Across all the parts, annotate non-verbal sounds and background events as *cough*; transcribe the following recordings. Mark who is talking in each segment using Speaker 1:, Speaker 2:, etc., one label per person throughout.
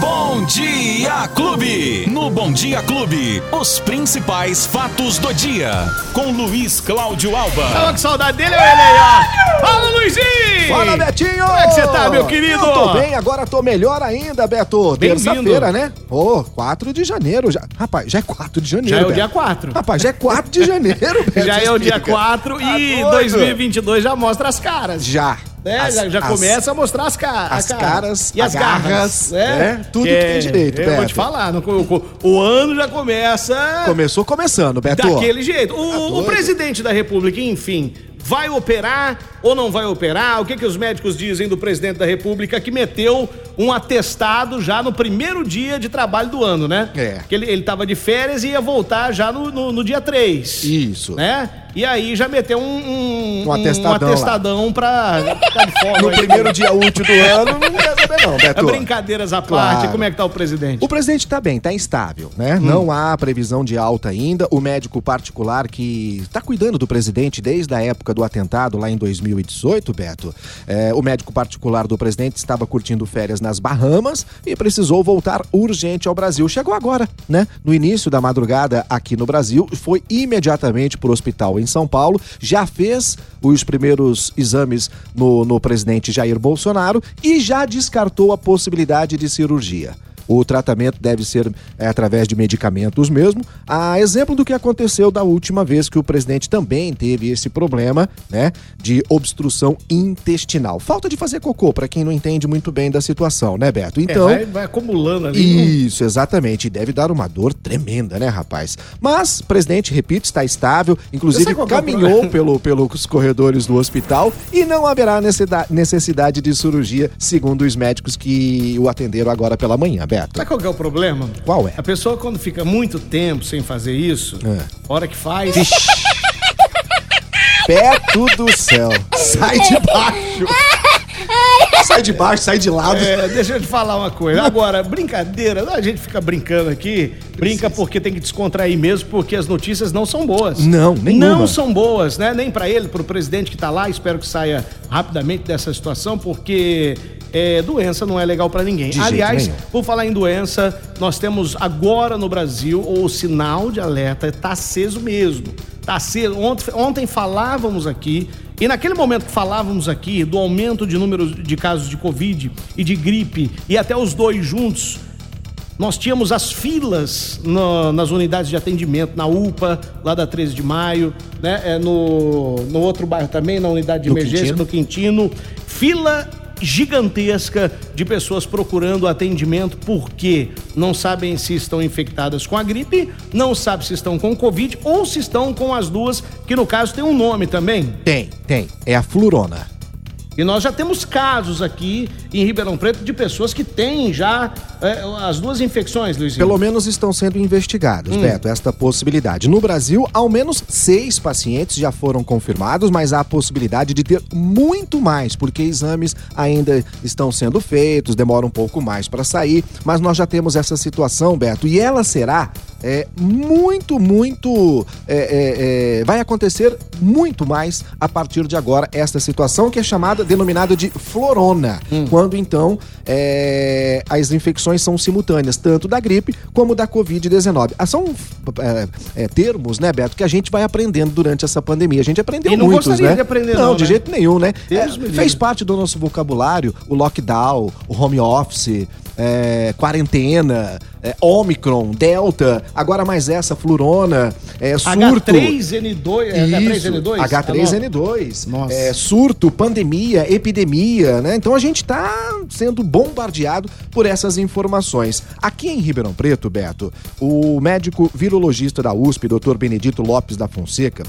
Speaker 1: Bom Dia Clube! No Bom Dia Clube, os principais fatos do dia. Com Luiz Cláudio Alba.
Speaker 2: Tava com saudade dele, olha ele aí, ó. Fala, Luizinho!
Speaker 3: Fala, né? Betinho!
Speaker 2: Como é que você tá, meu querido?
Speaker 3: Eu tô bem, agora tô melhor ainda, Beto.
Speaker 2: Bem-vindo.
Speaker 3: Terça-feira, né? Ô, 4 de janeiro já. Rapaz, já é 4 de janeiro,
Speaker 2: Já é o
Speaker 3: Beto.
Speaker 2: dia 4.
Speaker 3: Rapaz, já é 4
Speaker 2: *laughs*
Speaker 3: de janeiro, Beto.
Speaker 2: Já é o dia
Speaker 3: Explica.
Speaker 2: 4
Speaker 3: Tá
Speaker 2: e
Speaker 3: doido?
Speaker 2: 2022 já mostra as caras.
Speaker 3: Já.
Speaker 2: É,
Speaker 3: As-
Speaker 2: já, já
Speaker 3: as-
Speaker 2: começa a mostrar as caras.
Speaker 3: as caras,
Speaker 2: e as
Speaker 3: a
Speaker 2: garras.
Speaker 3: garras,
Speaker 2: é.
Speaker 3: né? Tudo que tem direito,
Speaker 2: Eu vou
Speaker 3: Beto.
Speaker 2: te falar, no- o, o ano já começa
Speaker 3: Começou começando, Beto.
Speaker 2: daquele jeito. O, o
Speaker 3: Tá doido?
Speaker 2: presidente da República, enfim, vai operar ou não vai operar? O que, que os médicos dizem do presidente da República que meteu um atestado já no primeiro dia de trabalho do ano, né?
Speaker 3: É.
Speaker 2: Que ele, ele tava de férias e ia voltar já no, no- no dia 3.
Speaker 3: Isso.
Speaker 2: Né? E aí já meteu um, um,
Speaker 3: Um atestadão lá.
Speaker 2: atestadão pra ficar de folga
Speaker 3: No
Speaker 2: aí.
Speaker 3: primeiro dia útil do ano, não quer saber não,
Speaker 2: É
Speaker 3: Beto.
Speaker 2: brincadeiras à parte.
Speaker 3: Claro.
Speaker 2: Como é que tá o presidente?
Speaker 3: O presidente tá bem, tá estável, né? Não há previsão de alta ainda. O médico particular que tá cuidando do presidente desde a época do atentado lá em 2018, Beto. é, o médico particular do presidente estava curtindo férias nas Bahamas e precisou voltar urgente ao Brasil. Chegou agora, né? No início da madrugada aqui no Brasil, foi imediatamente pro hospital em São Paulo, já fez os primeiros exames no- no presidente Jair Bolsonaro e já descartou a possibilidade de cirurgia. O tratamento deve ser é, através de medicamentos mesmo. A exemplo do que aconteceu da última vez que o presidente também teve esse problema, né, de obstrução intestinal. Falta de fazer cocô, pra quem não entende muito bem da situação, né, Beto? Então,
Speaker 2: é, vai, vai acumulando ali.
Speaker 3: isso, exatamente. E deve dar uma dor tremenda, né, rapaz? Mas, presidente, repito, está estável. Inclusive,
Speaker 2: Sabe qual que é o
Speaker 3: caminhou pelo, pelos corredores do hospital e não haverá necessida- necessidade de cirurgia, segundo os médicos que o atenderam agora pela manhã, Beto.
Speaker 2: Sabe qual que é o problema?
Speaker 3: Qual é?
Speaker 2: A pessoa quando fica muito tempo sem fazer isso,
Speaker 3: É.
Speaker 2: hora que faz,
Speaker 3: Beto do céu. Sai de baixo. Sai de baixo, sai de lado.
Speaker 2: *laughs* É, deixa eu te falar uma coisa. Agora, brincadeira, a gente fica brincando aqui, brinca porque tem que descontrair mesmo, porque as notícias não são boas.
Speaker 3: Não, nenhuma.
Speaker 2: Não são boas, né? Nem pra ele, pro presidente que tá lá, espero que saia rapidamente dessa situação, porque é, doença não é legal pra ninguém.
Speaker 3: De jeito
Speaker 2: Aliás,
Speaker 3: nenhum.
Speaker 2: por falar em doença, nós temos agora no Brasil o sinal de alerta tá aceso mesmo. Tá aceso. Ontem, ontem falávamos aqui, e naquele momento que falávamos aqui do aumento de números de casos de Covid e de gripe, e até os dois juntos, nós tínhamos as filas na- nas unidades de atendimento, na UPA, lá da 13 de maio, né? É no, no outro bairro também, na unidade de
Speaker 3: No
Speaker 2: emergência,
Speaker 3: Quintino.
Speaker 2: no Quintino. Fila gigantesca de pessoas procurando atendimento porque não sabem se estão infectadas com a gripe, não sabem se estão com Covid ou se estão com as duas, que no caso tem um nome também.
Speaker 3: Tem, tem. É a flurona.
Speaker 2: E nós já temos casos aqui em Ribeirão Preto de pessoas que têm já é, as duas infecções, Luizinho.
Speaker 3: Pelo menos estão sendo investigados, Beto, esta possibilidade. No Brasil, ao menos seis pacientes já foram confirmados, mas há a possibilidade de ter muito mais, porque exames ainda estão sendo feitos, demora um pouco mais para sair. Mas nós já temos essa situação, Beto, e ela será é, muito, muito. é, é, é, vai acontecer muito mais a partir de agora esta situação que é chamada, denominada de florona.
Speaker 2: Hum.
Speaker 3: Quando então é, as infecções são simultâneas, tanto da gripe como da Covid-19. Ah, são é, é, termos, né, Beto, que a gente vai aprendendo durante essa pandemia. A gente aprendeu
Speaker 2: E não
Speaker 3: muitos,
Speaker 2: gostaria
Speaker 3: né?
Speaker 2: de aprender,
Speaker 3: não,
Speaker 2: não,
Speaker 3: de
Speaker 2: né?
Speaker 3: jeito nenhum, né?
Speaker 2: Deus
Speaker 3: É,
Speaker 2: me livre.
Speaker 3: fez parte do nosso vocabulário o lockdown, o home office, é, quarentena, é, Omicron, Delta, agora mais essa, flurona, é, surto.
Speaker 2: H3N2, é H3N2?
Speaker 3: Isso,
Speaker 2: Ah,
Speaker 3: H3N2.
Speaker 2: Nossa.
Speaker 3: Tá É, surto, pandemia, epidemia, né? Então a gente tá sendo bombardeado por essas informações. Aqui em Ribeirão Preto, Beto, o médico virologista da USP, Dr. Benedito Lopes da Fonseca,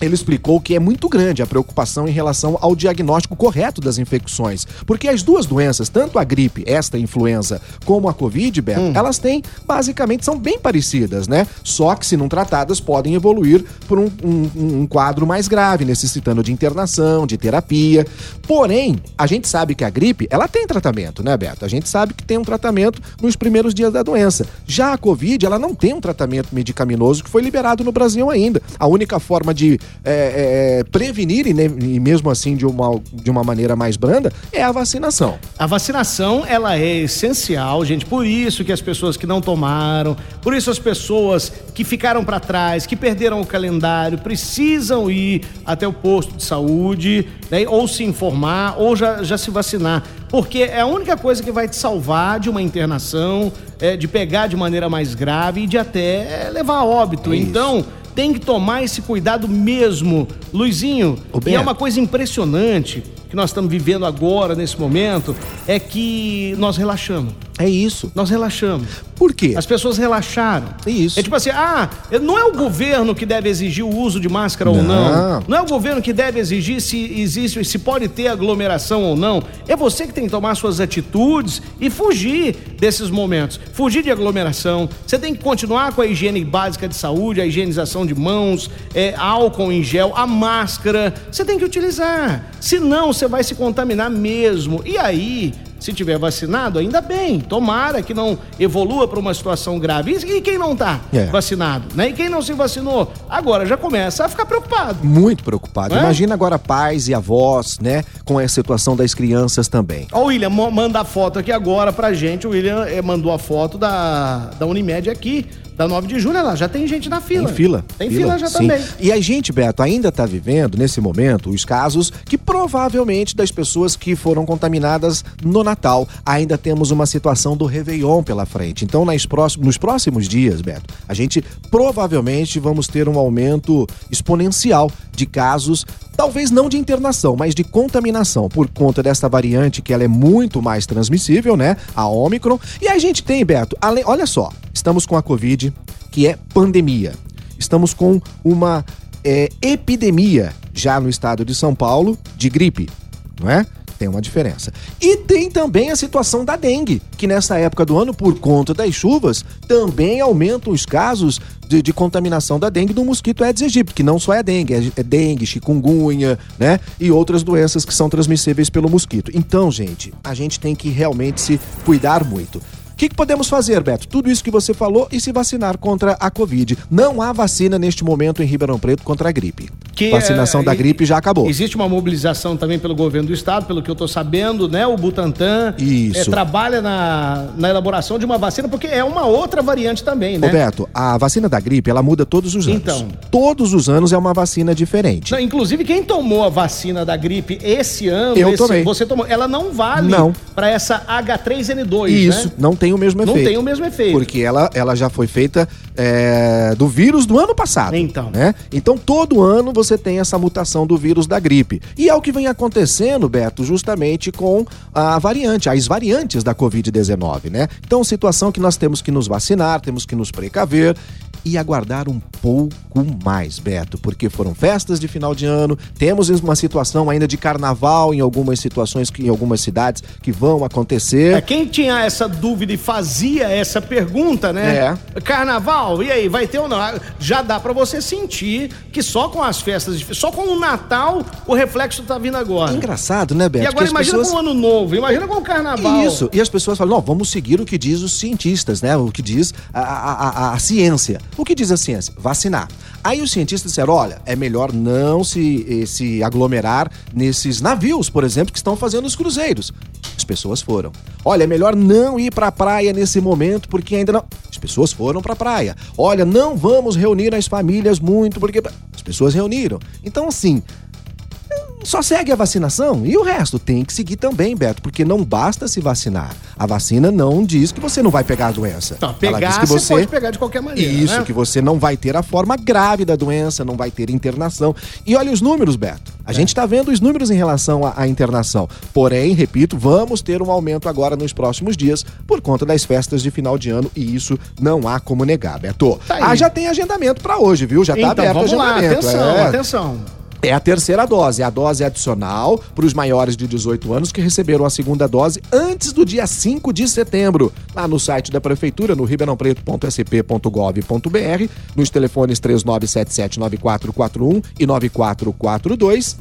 Speaker 3: ele explicou que é muito grande a preocupação em relação ao diagnóstico correto das infecções, porque as duas doenças, tanto a gripe, esta influenza, como a Covid, Beto, elas têm, basicamente, são bem parecidas, né? Só que, se não tratadas, podem evoluir por um, um- um quadro mais grave, necessitando de internação, de terapia. Porém, a gente sabe que a gripe, ela tem tratamento, né, Beto? A gente sabe que tem um tratamento nos primeiros dias da doença. Já a Covid, ela não tem um tratamento medicaminoso que foi liberado no Brasil ainda. A única forma de é, é, prevenir e, ne- e mesmo assim de uma, de uma maneira mais branda é a vacinação.
Speaker 2: A vacinação, ela é essencial, gente. Por isso que as pessoas que não tomaram, por isso as pessoas que ficaram para trás, que perderam o calendário, precisam ir até o posto de saúde, né? ou se informar, ou já, já se vacinar. Porque é a única coisa que vai te salvar de uma internação, é, de pegar de maneira mais grave e de até é, levar a óbito. então, tem que tomar esse cuidado mesmo. Luizinho, e
Speaker 3: Ô,
Speaker 2: é
Speaker 3: Beto.
Speaker 2: uma coisa impressionante que nós estamos vivendo agora, nesse momento, é que nós relaxamos.
Speaker 3: É isso.
Speaker 2: Nós relaxamos.
Speaker 3: Por quê?
Speaker 2: As pessoas relaxaram.
Speaker 3: É. Isso.
Speaker 2: É tipo assim, ah, não é o governo que deve exigir o uso de máscara ou não.
Speaker 3: Não.
Speaker 2: Não é o governo que deve exigir se existe, se pode ter aglomeração ou não. É você que tem que tomar suas atitudes e fugir desses momentos. Fugir de aglomeração. Você tem que continuar com a higiene básica de saúde, a higienização de mãos, é, álcool em gel, a máscara. Você tem que utilizar. Senão, você vai se contaminar mesmo. E aí, se tiver vacinado, ainda bem. Tomara que não evolua para uma situação grave. E e quem não tá
Speaker 3: É.
Speaker 2: vacinado, né? E quem não se vacinou, agora já começa a ficar preocupado.
Speaker 3: Muito preocupado.
Speaker 2: É?
Speaker 3: Imagina agora pais e avós, né? Com a situação das crianças também.
Speaker 2: Ó, o William, mo- manda a foto aqui agora pra gente. O William eh, mandou a foto da, da Unimed aqui, da 9 de julho. Olha lá, já tem gente na fila.
Speaker 3: Tem fila.
Speaker 2: Tem fila, já
Speaker 3: sim.
Speaker 2: também.
Speaker 3: E a gente, Beto, ainda está vivendo, nesse momento, os casos que provavelmente das pessoas que foram contaminadas no Natal. Ainda temos uma situação do Réveillon pela frente. Então, nas próxim- nos próximos dias, Beto, a gente provavelmente vamos ter um aumento exponencial de casos, talvez não de internação, mas de contaminação, por conta dessa variante que ela é muito mais transmissível, né? A Ômicron. E a gente tem, Beto, além- olha só, estamos com a Covid, que é pandemia. Estamos com uma é, epidemia já no estado de São Paulo de gripe, não é? Tem uma diferença. E tem também a situação da dengue, que nessa época do ano, por conta das chuvas, também aumentam os casos de, de contaminação da dengue do mosquito Aedes aegypti, que não só é dengue, é, é dengue, chikungunya, né? E outras doenças que são transmissíveis pelo mosquito. Então, gente, a gente tem que realmente se cuidar muito. O que, que podemos fazer, Beto? Tudo isso que você falou e se vacinar contra a Covid. Não há vacina neste momento em Ribeirão Preto contra a gripe.
Speaker 2: Que,
Speaker 3: Vacinação
Speaker 2: eh,
Speaker 3: da
Speaker 2: e-
Speaker 3: gripe já acabou.
Speaker 2: Existe uma mobilização também pelo governo do estado, pelo que eu tô sabendo, né? O Butantan
Speaker 3: Isso.
Speaker 2: eh, trabalha na, na elaboração de uma vacina, porque é uma outra variante também, né?
Speaker 3: Ô, Beto, a vacina da gripe, ela muda todos os anos.
Speaker 2: Então.
Speaker 3: Todos os anos é uma vacina diferente.
Speaker 2: Não, inclusive, quem tomou a vacina da gripe esse ano,
Speaker 3: Eu
Speaker 2: esse-
Speaker 3: tomei.
Speaker 2: você tomou, ela não vale
Speaker 3: Não.
Speaker 2: para essa H3N2,
Speaker 3: E isso
Speaker 2: né?
Speaker 3: não tem o mesmo
Speaker 2: Não
Speaker 3: efeito.
Speaker 2: tem o mesmo efeito.
Speaker 3: Porque ela, ela já foi feita é, do vírus do ano passado.
Speaker 2: Então.
Speaker 3: Né? Então, todo ano você tem essa mutação do vírus da gripe. E é o que vem acontecendo, Beto, justamente com a variante, as variantes da Covid-19, né? Então, situação que nós temos que nos vacinar, temos que nos precaver e aguardar um pouco mais, Beto, porque foram festas de final de ano, temos uma situação ainda de carnaval em algumas situações, que, em algumas cidades que vão acontecer.
Speaker 2: É, quem tinha essa dúvida e fazia essa pergunta, né?
Speaker 3: É.
Speaker 2: Carnaval, e aí, vai ter ou não? Ah, Já dá pra você sentir que só com as festas, de- só com o Natal, o reflexo tá vindo agora.
Speaker 3: É engraçado, né, Beto?
Speaker 2: E agora
Speaker 3: que as
Speaker 2: imagina
Speaker 3: pessoas...
Speaker 2: com o Ano Novo, imagina com o Carnaval.
Speaker 3: Isso, e as pessoas falam, não, vamos seguir o que diz os cientistas, né? O que diz a, a- a- a ciência. O que diz a ciência? Vacinar. Aí os cientistas disseram, olha, é melhor não se, eh, se aglomerar nesses navios, por exemplo, que estão fazendo os cruzeiros. As pessoas foram. Olha, é melhor não ir pra praia nesse momento, porque ainda não... As pessoas foram pra praia. Olha, não vamos reunir as famílias muito, porque... As pessoas reuniram. Então, assim, só segue a vacinação e o resto tem que seguir também, Beto, porque não basta se vacinar. A vacina não diz que você não vai pegar a doença.
Speaker 2: Tá,
Speaker 3: Ela diz
Speaker 2: pegar,
Speaker 3: que
Speaker 2: você...
Speaker 3: você
Speaker 2: pode pegar de qualquer maneira.
Speaker 3: isso,
Speaker 2: né?
Speaker 3: que tá você não vai ter a forma grave da doença, não vai ter internação. E olha os números, Beto.
Speaker 2: É.
Speaker 3: A gente está vendo os números em relação à, à internação. Porém, repito, vamos ter um aumento agora nos próximos dias por conta das festas de final de ano e isso não há como negar, Beto.
Speaker 2: Tá aí.
Speaker 3: ah, já tem agendamento para hoje, viu? Já está
Speaker 2: Então,
Speaker 3: aberto o
Speaker 2: vamos lá,
Speaker 3: agendamento.
Speaker 2: atenção,
Speaker 3: é.
Speaker 2: atenção.
Speaker 3: É a terceira dose, a dose adicional para os maiores de 18 anos que receberam a segunda dose antes do dia 5 de setembro. Lá no site da Prefeitura, no ribeirãopreto.sp.gov.br, um nos telefones 39779441 e 9442.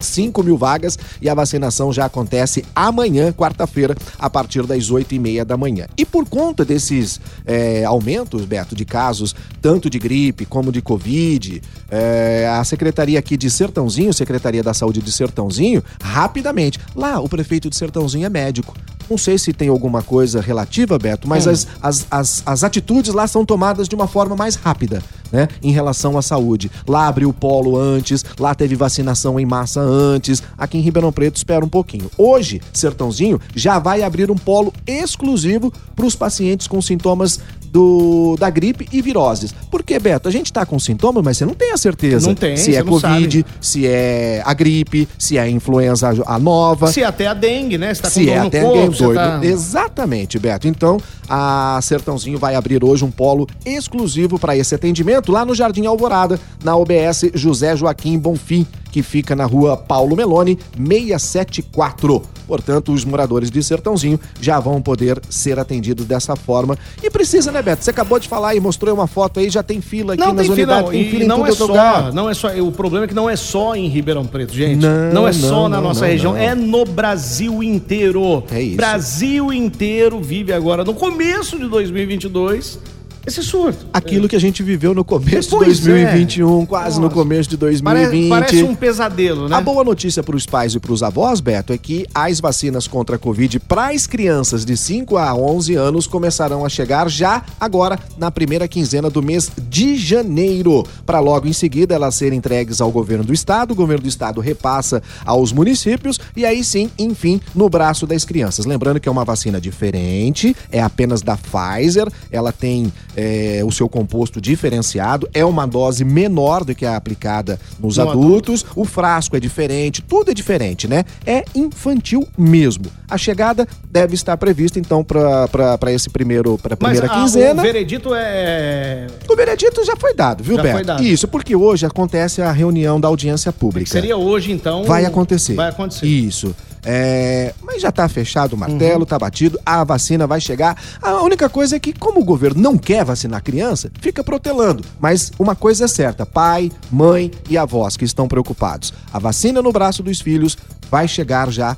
Speaker 3: 5 mil vagas e a vacinação já acontece amanhã, quarta-feira, a partir das 8 e meia da manhã. E por conta desses é, aumentos, Beto, de casos, tanto de gripe como de Covid, é, a secretaria aqui de Sertãozinho, Secretaria da Saúde de Sertãozinho, rapidamente. Lá, o prefeito de Sertãozinho é médico. Não sei se tem alguma coisa relativa, Beto, mas as, as, as, as atitudes lá são tomadas de uma forma mais rápida, né? Em relação à saúde. Lá abriu o polo antes, lá teve vacinação em massa antes. Aqui em Ribeirão Preto espera um pouquinho. Hoje, Sertãozinho já vai abrir um polo exclusivo para os pacientes com sintomas do, da gripe e viroses. Porque, Beto, a gente está com sintomas, mas você não tem a certeza
Speaker 2: Não tem,
Speaker 3: se
Speaker 2: você
Speaker 3: é
Speaker 2: não
Speaker 3: Covid,
Speaker 2: sabe.
Speaker 3: se é a gripe, se é a influenza a nova
Speaker 2: Se até a dengue, né? Você tá com
Speaker 3: se
Speaker 2: dor
Speaker 3: é
Speaker 2: no
Speaker 3: até
Speaker 2: corpo,
Speaker 3: alguém
Speaker 2: você
Speaker 3: doido.
Speaker 2: tá-
Speaker 3: Exatamente, Beto. Então, a Sertãozinho vai abrir hoje um polo exclusivo para esse atendimento lá no Jardim Alvorada, na OBS José Joaquim Bonfim, que fica na rua Paulo Meloni, 674. Portanto, os moradores de Sertãozinho já vão poder ser atendidos dessa forma. E precisa, né, Beto? Você acabou de falar e mostrou uma foto aí, já tem fila aqui
Speaker 2: Não,
Speaker 3: nas
Speaker 2: tem fila,
Speaker 3: unidades.
Speaker 2: não. E
Speaker 3: em
Speaker 2: não
Speaker 3: tudo
Speaker 2: é
Speaker 3: quanto é
Speaker 2: só,
Speaker 3: lugar.
Speaker 2: não é só. O problema é que não é só em Ribeirão Preto, gente.
Speaker 3: Não,
Speaker 2: Não, é só
Speaker 3: não,
Speaker 2: na
Speaker 3: não,
Speaker 2: nossa
Speaker 3: não,
Speaker 2: região,
Speaker 3: não.
Speaker 2: é no Brasil inteiro.
Speaker 3: É isso.
Speaker 2: Brasil inteiro vive agora, no começo de 2022, esse surto.
Speaker 3: Aquilo que a gente viveu no começo
Speaker 2: Pois é.
Speaker 3: de 2021, quase no
Speaker 2: Nossa.
Speaker 3: começo de
Speaker 2: Pare-
Speaker 3: 2020.
Speaker 2: Parece um pesadelo, né?
Speaker 3: A boa notícia para os pais e para os avós, Beto, é que as vacinas contra a Covid para as crianças de 5 a 11 anos começarão a chegar já agora na primeira quinzena do mês de janeiro, para logo em seguida elas serem entregues ao governo do estado, o governo do estado repassa aos municípios e aí sim, enfim, no braço das crianças. Lembrando que é uma vacina diferente, é apenas da Pfizer, ela tem eh, o seu composto diferenciado, é uma dose menor do que a aplicada nos
Speaker 2: No
Speaker 3: adultos adultos, o frasco é diferente, tudo é diferente, né? É infantil mesmo. A chegada deve estar prevista, então, para esse primeiro, para
Speaker 2: Mas
Speaker 3: primeira
Speaker 2: a-
Speaker 3: quinzena.
Speaker 2: o veredito é.
Speaker 3: O veredito já foi dado, viu,
Speaker 2: Já
Speaker 3: Beto?
Speaker 2: foi dado.
Speaker 3: Isso, porque hoje acontece a reunião da audiência pública.
Speaker 2: Seria hoje, então.
Speaker 3: Vai acontecer.
Speaker 2: Vai acontecer. Uhum.
Speaker 3: Isso. É, mas já tá fechado o martelo, tá batido, a vacina vai chegar. A única coisa é que, como o governo não quer vacinar a criança, fica protelando. Mas uma coisa é certa: pai, mãe e avós que estão preocupados. A vacina no braço dos filhos vai chegar já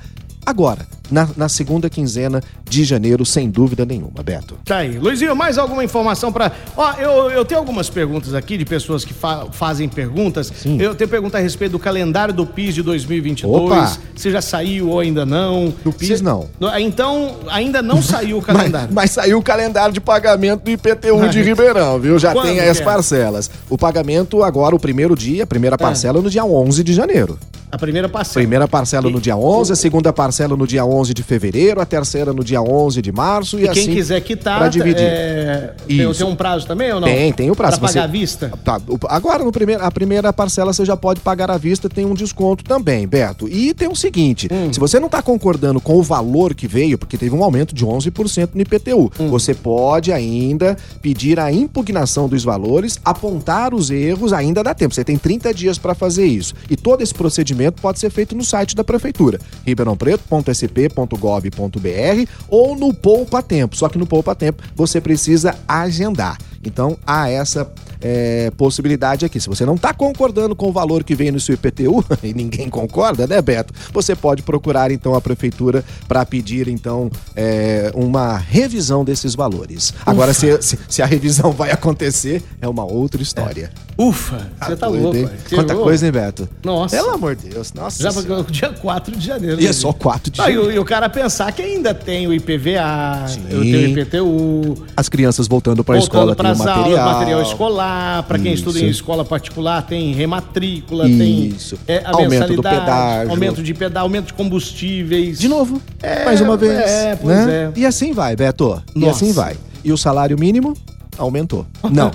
Speaker 3: agora, na, na segunda quinzena de janeiro, sem dúvida nenhuma, Beto.
Speaker 2: Tá aí. Luizinho, mais alguma informação pra. Ó, eu, eu tenho algumas perguntas aqui de pessoas que fa- fazem perguntas.
Speaker 3: Sim.
Speaker 2: Eu tenho pergunta a respeito do calendário do PIS de 2022.
Speaker 3: Opa!
Speaker 2: Se já saiu ou ainda não.
Speaker 3: Do PIS,
Speaker 2: Se-
Speaker 3: não.
Speaker 2: Então, ainda
Speaker 3: *laughs*
Speaker 2: não saiu o
Speaker 3: Mas,
Speaker 2: calendário.
Speaker 3: mas saiu o calendário de pagamento do IPTU um de
Speaker 2: Ai.
Speaker 3: Ribeirão, viu? Já
Speaker 2: Quando
Speaker 3: tem aí as
Speaker 2: que é?
Speaker 3: parcelas. O pagamento agora, o primeiro dia, a primeira parcela é no dia 11 de janeiro.
Speaker 2: A primeira passada.
Speaker 3: Primeira parcela no dia 11, a segunda parcela no dia 11 de fevereiro, a terceira no dia 11 de março e,
Speaker 2: E quem
Speaker 3: assim
Speaker 2: quiser quitar,
Speaker 3: pra dividir.
Speaker 2: é, tem,
Speaker 3: Isso.
Speaker 2: tem um prazo também ou não?
Speaker 3: Tem, tem o prazo.
Speaker 2: Pra
Speaker 3: Você-
Speaker 2: pagar à vista?
Speaker 3: Tá, o- agora, no primeiro, a primeira parcela, você já pode pagar à vista, tem um desconto também, Beto. E tem o seguinte:
Speaker 2: Hum.
Speaker 3: se você não está concordando com o valor que veio, porque teve um aumento de 11% no IPTU,
Speaker 2: Hum.
Speaker 3: você pode ainda pedir a impugnação dos valores, apontar os erros, ainda dá tempo. Você tem 30 dias para fazer isso. E todo esse procedimento pode ser feito no site da Prefeitura, ribeirãopreto.sp.gov.br ou no Poupa Tempo. Só que no Poupa Tempo você precisa agendar. Então há essa é, possibilidade aqui. Se você não está concordando com o valor que vem no seu IPTU, *laughs* e ninguém concorda, né, Beto? Você pode procurar então a prefeitura para pedir então é, uma revisão desses valores. Agora, se, se- se a revisão vai acontecer, é uma outra história.
Speaker 2: Ufa, você tá
Speaker 3: doido,
Speaker 2: louco.
Speaker 3: hein?
Speaker 2: pai. Você
Speaker 3: Ah, Quanta
Speaker 2: viu?
Speaker 3: coisa, hein, Beto?
Speaker 2: Nossa.
Speaker 3: Pelo amor de Deus, nossa.
Speaker 2: Já
Speaker 3: Senhora.
Speaker 2: pagou dia 4 de janeiro.
Speaker 3: E é
Speaker 2: né,
Speaker 3: só
Speaker 2: gente?
Speaker 3: 4 de
Speaker 2: Ah, e,
Speaker 3: janeiro.
Speaker 2: o, e o cara pensar que ainda tem o IPVA,
Speaker 3: Sim.
Speaker 2: eu tenho o IPTU,
Speaker 3: As crianças voltando para a
Speaker 2: voltando
Speaker 3: escola tem
Speaker 2: para
Speaker 3: o
Speaker 2: as aulas,
Speaker 3: material.
Speaker 2: material escolar, para quem estuda em
Speaker 3: Isso.
Speaker 2: escola particular tem rematrícula,
Speaker 3: Isso.
Speaker 2: tem é, a
Speaker 3: Aumento do
Speaker 2: mensalidade,
Speaker 3: pedágio.
Speaker 2: aumento de pedágio, aumento de combustíveis.
Speaker 3: De novo,
Speaker 2: É,
Speaker 3: mais uma vez.
Speaker 2: é, pois
Speaker 3: né?
Speaker 2: é.
Speaker 3: E assim vai, Beto. E
Speaker 2: Nossa.
Speaker 3: assim vai. E o salário mínimo
Speaker 2: *laughs*
Speaker 3: aumentou. Não,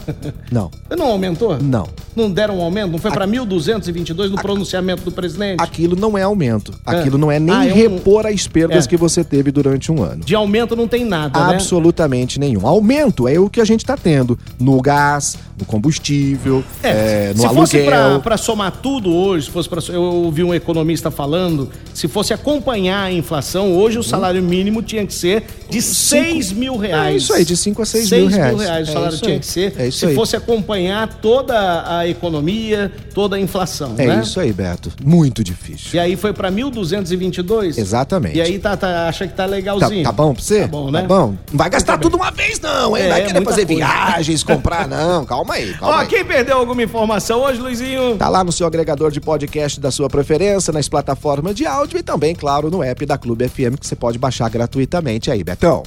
Speaker 3: não,
Speaker 2: Não aumentou?
Speaker 3: não.
Speaker 2: Não deram um aumento? Não foi para 1.222 no pronunciamento do presidente?
Speaker 3: Aquilo não é aumento. Aquilo não é nem
Speaker 2: Ah, é um-
Speaker 3: repor as perdas
Speaker 2: É.
Speaker 3: que você teve durante um ano.
Speaker 2: De aumento não tem nada, né?
Speaker 3: Absolutamente nenhum. Aumento é o que a gente está tendo no gás, no combustível, é, no
Speaker 2: se
Speaker 3: aluguel.
Speaker 2: fosse pra- pra somar tudo hoje, se fosse pra, eu ouvi um economista falando, se fosse acompanhar a inflação, hoje
Speaker 3: Uhum.
Speaker 2: o salário mínimo tinha que ser de 6 mil reais.
Speaker 3: É isso aí, de cinco a seis mil reais.
Speaker 2: o
Speaker 3: É
Speaker 2: salário
Speaker 3: isso
Speaker 2: tinha
Speaker 3: aí.
Speaker 2: que ser.
Speaker 3: É isso
Speaker 2: se
Speaker 3: aí.
Speaker 2: fosse acompanhar toda a a economia, toda a inflação.
Speaker 3: É
Speaker 2: né?
Speaker 3: isso aí, Beto. Muito difícil.
Speaker 2: E aí foi para 1.222?
Speaker 3: Exatamente.
Speaker 2: E aí tá, tá- acha que tá
Speaker 3: Tá,
Speaker 2: legalzinho.
Speaker 3: tá bom pra você?
Speaker 2: Tá bom, né?
Speaker 3: Tá bom. Não vai gastar tudo uma vez, não, hein?
Speaker 2: É,
Speaker 3: vai
Speaker 2: é
Speaker 3: querer
Speaker 2: muita
Speaker 3: fazer
Speaker 2: coisa.
Speaker 3: viagens, comprar, não. Calma aí, calma
Speaker 2: Ó,
Speaker 3: aí.
Speaker 2: quem perdeu alguma informação hoje, Luizinho?
Speaker 3: Tá lá no seu agregador de podcast da sua preferência, nas plataformas de áudio e também, claro, no app da Clube FM que você pode baixar gratuitamente aí, Betão.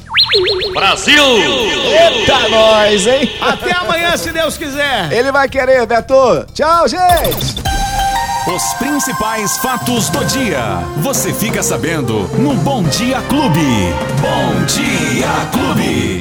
Speaker 3: Brasil! Eita, nós, hein?
Speaker 2: Até amanhã, se Deus
Speaker 3: *laughs*
Speaker 2: quiser.
Speaker 3: Ele vai querer, Beto. Tchau, gente!
Speaker 1: Os principais fatos do dia. Você fica sabendo no Bom Dia Clube. Bom Dia Clube.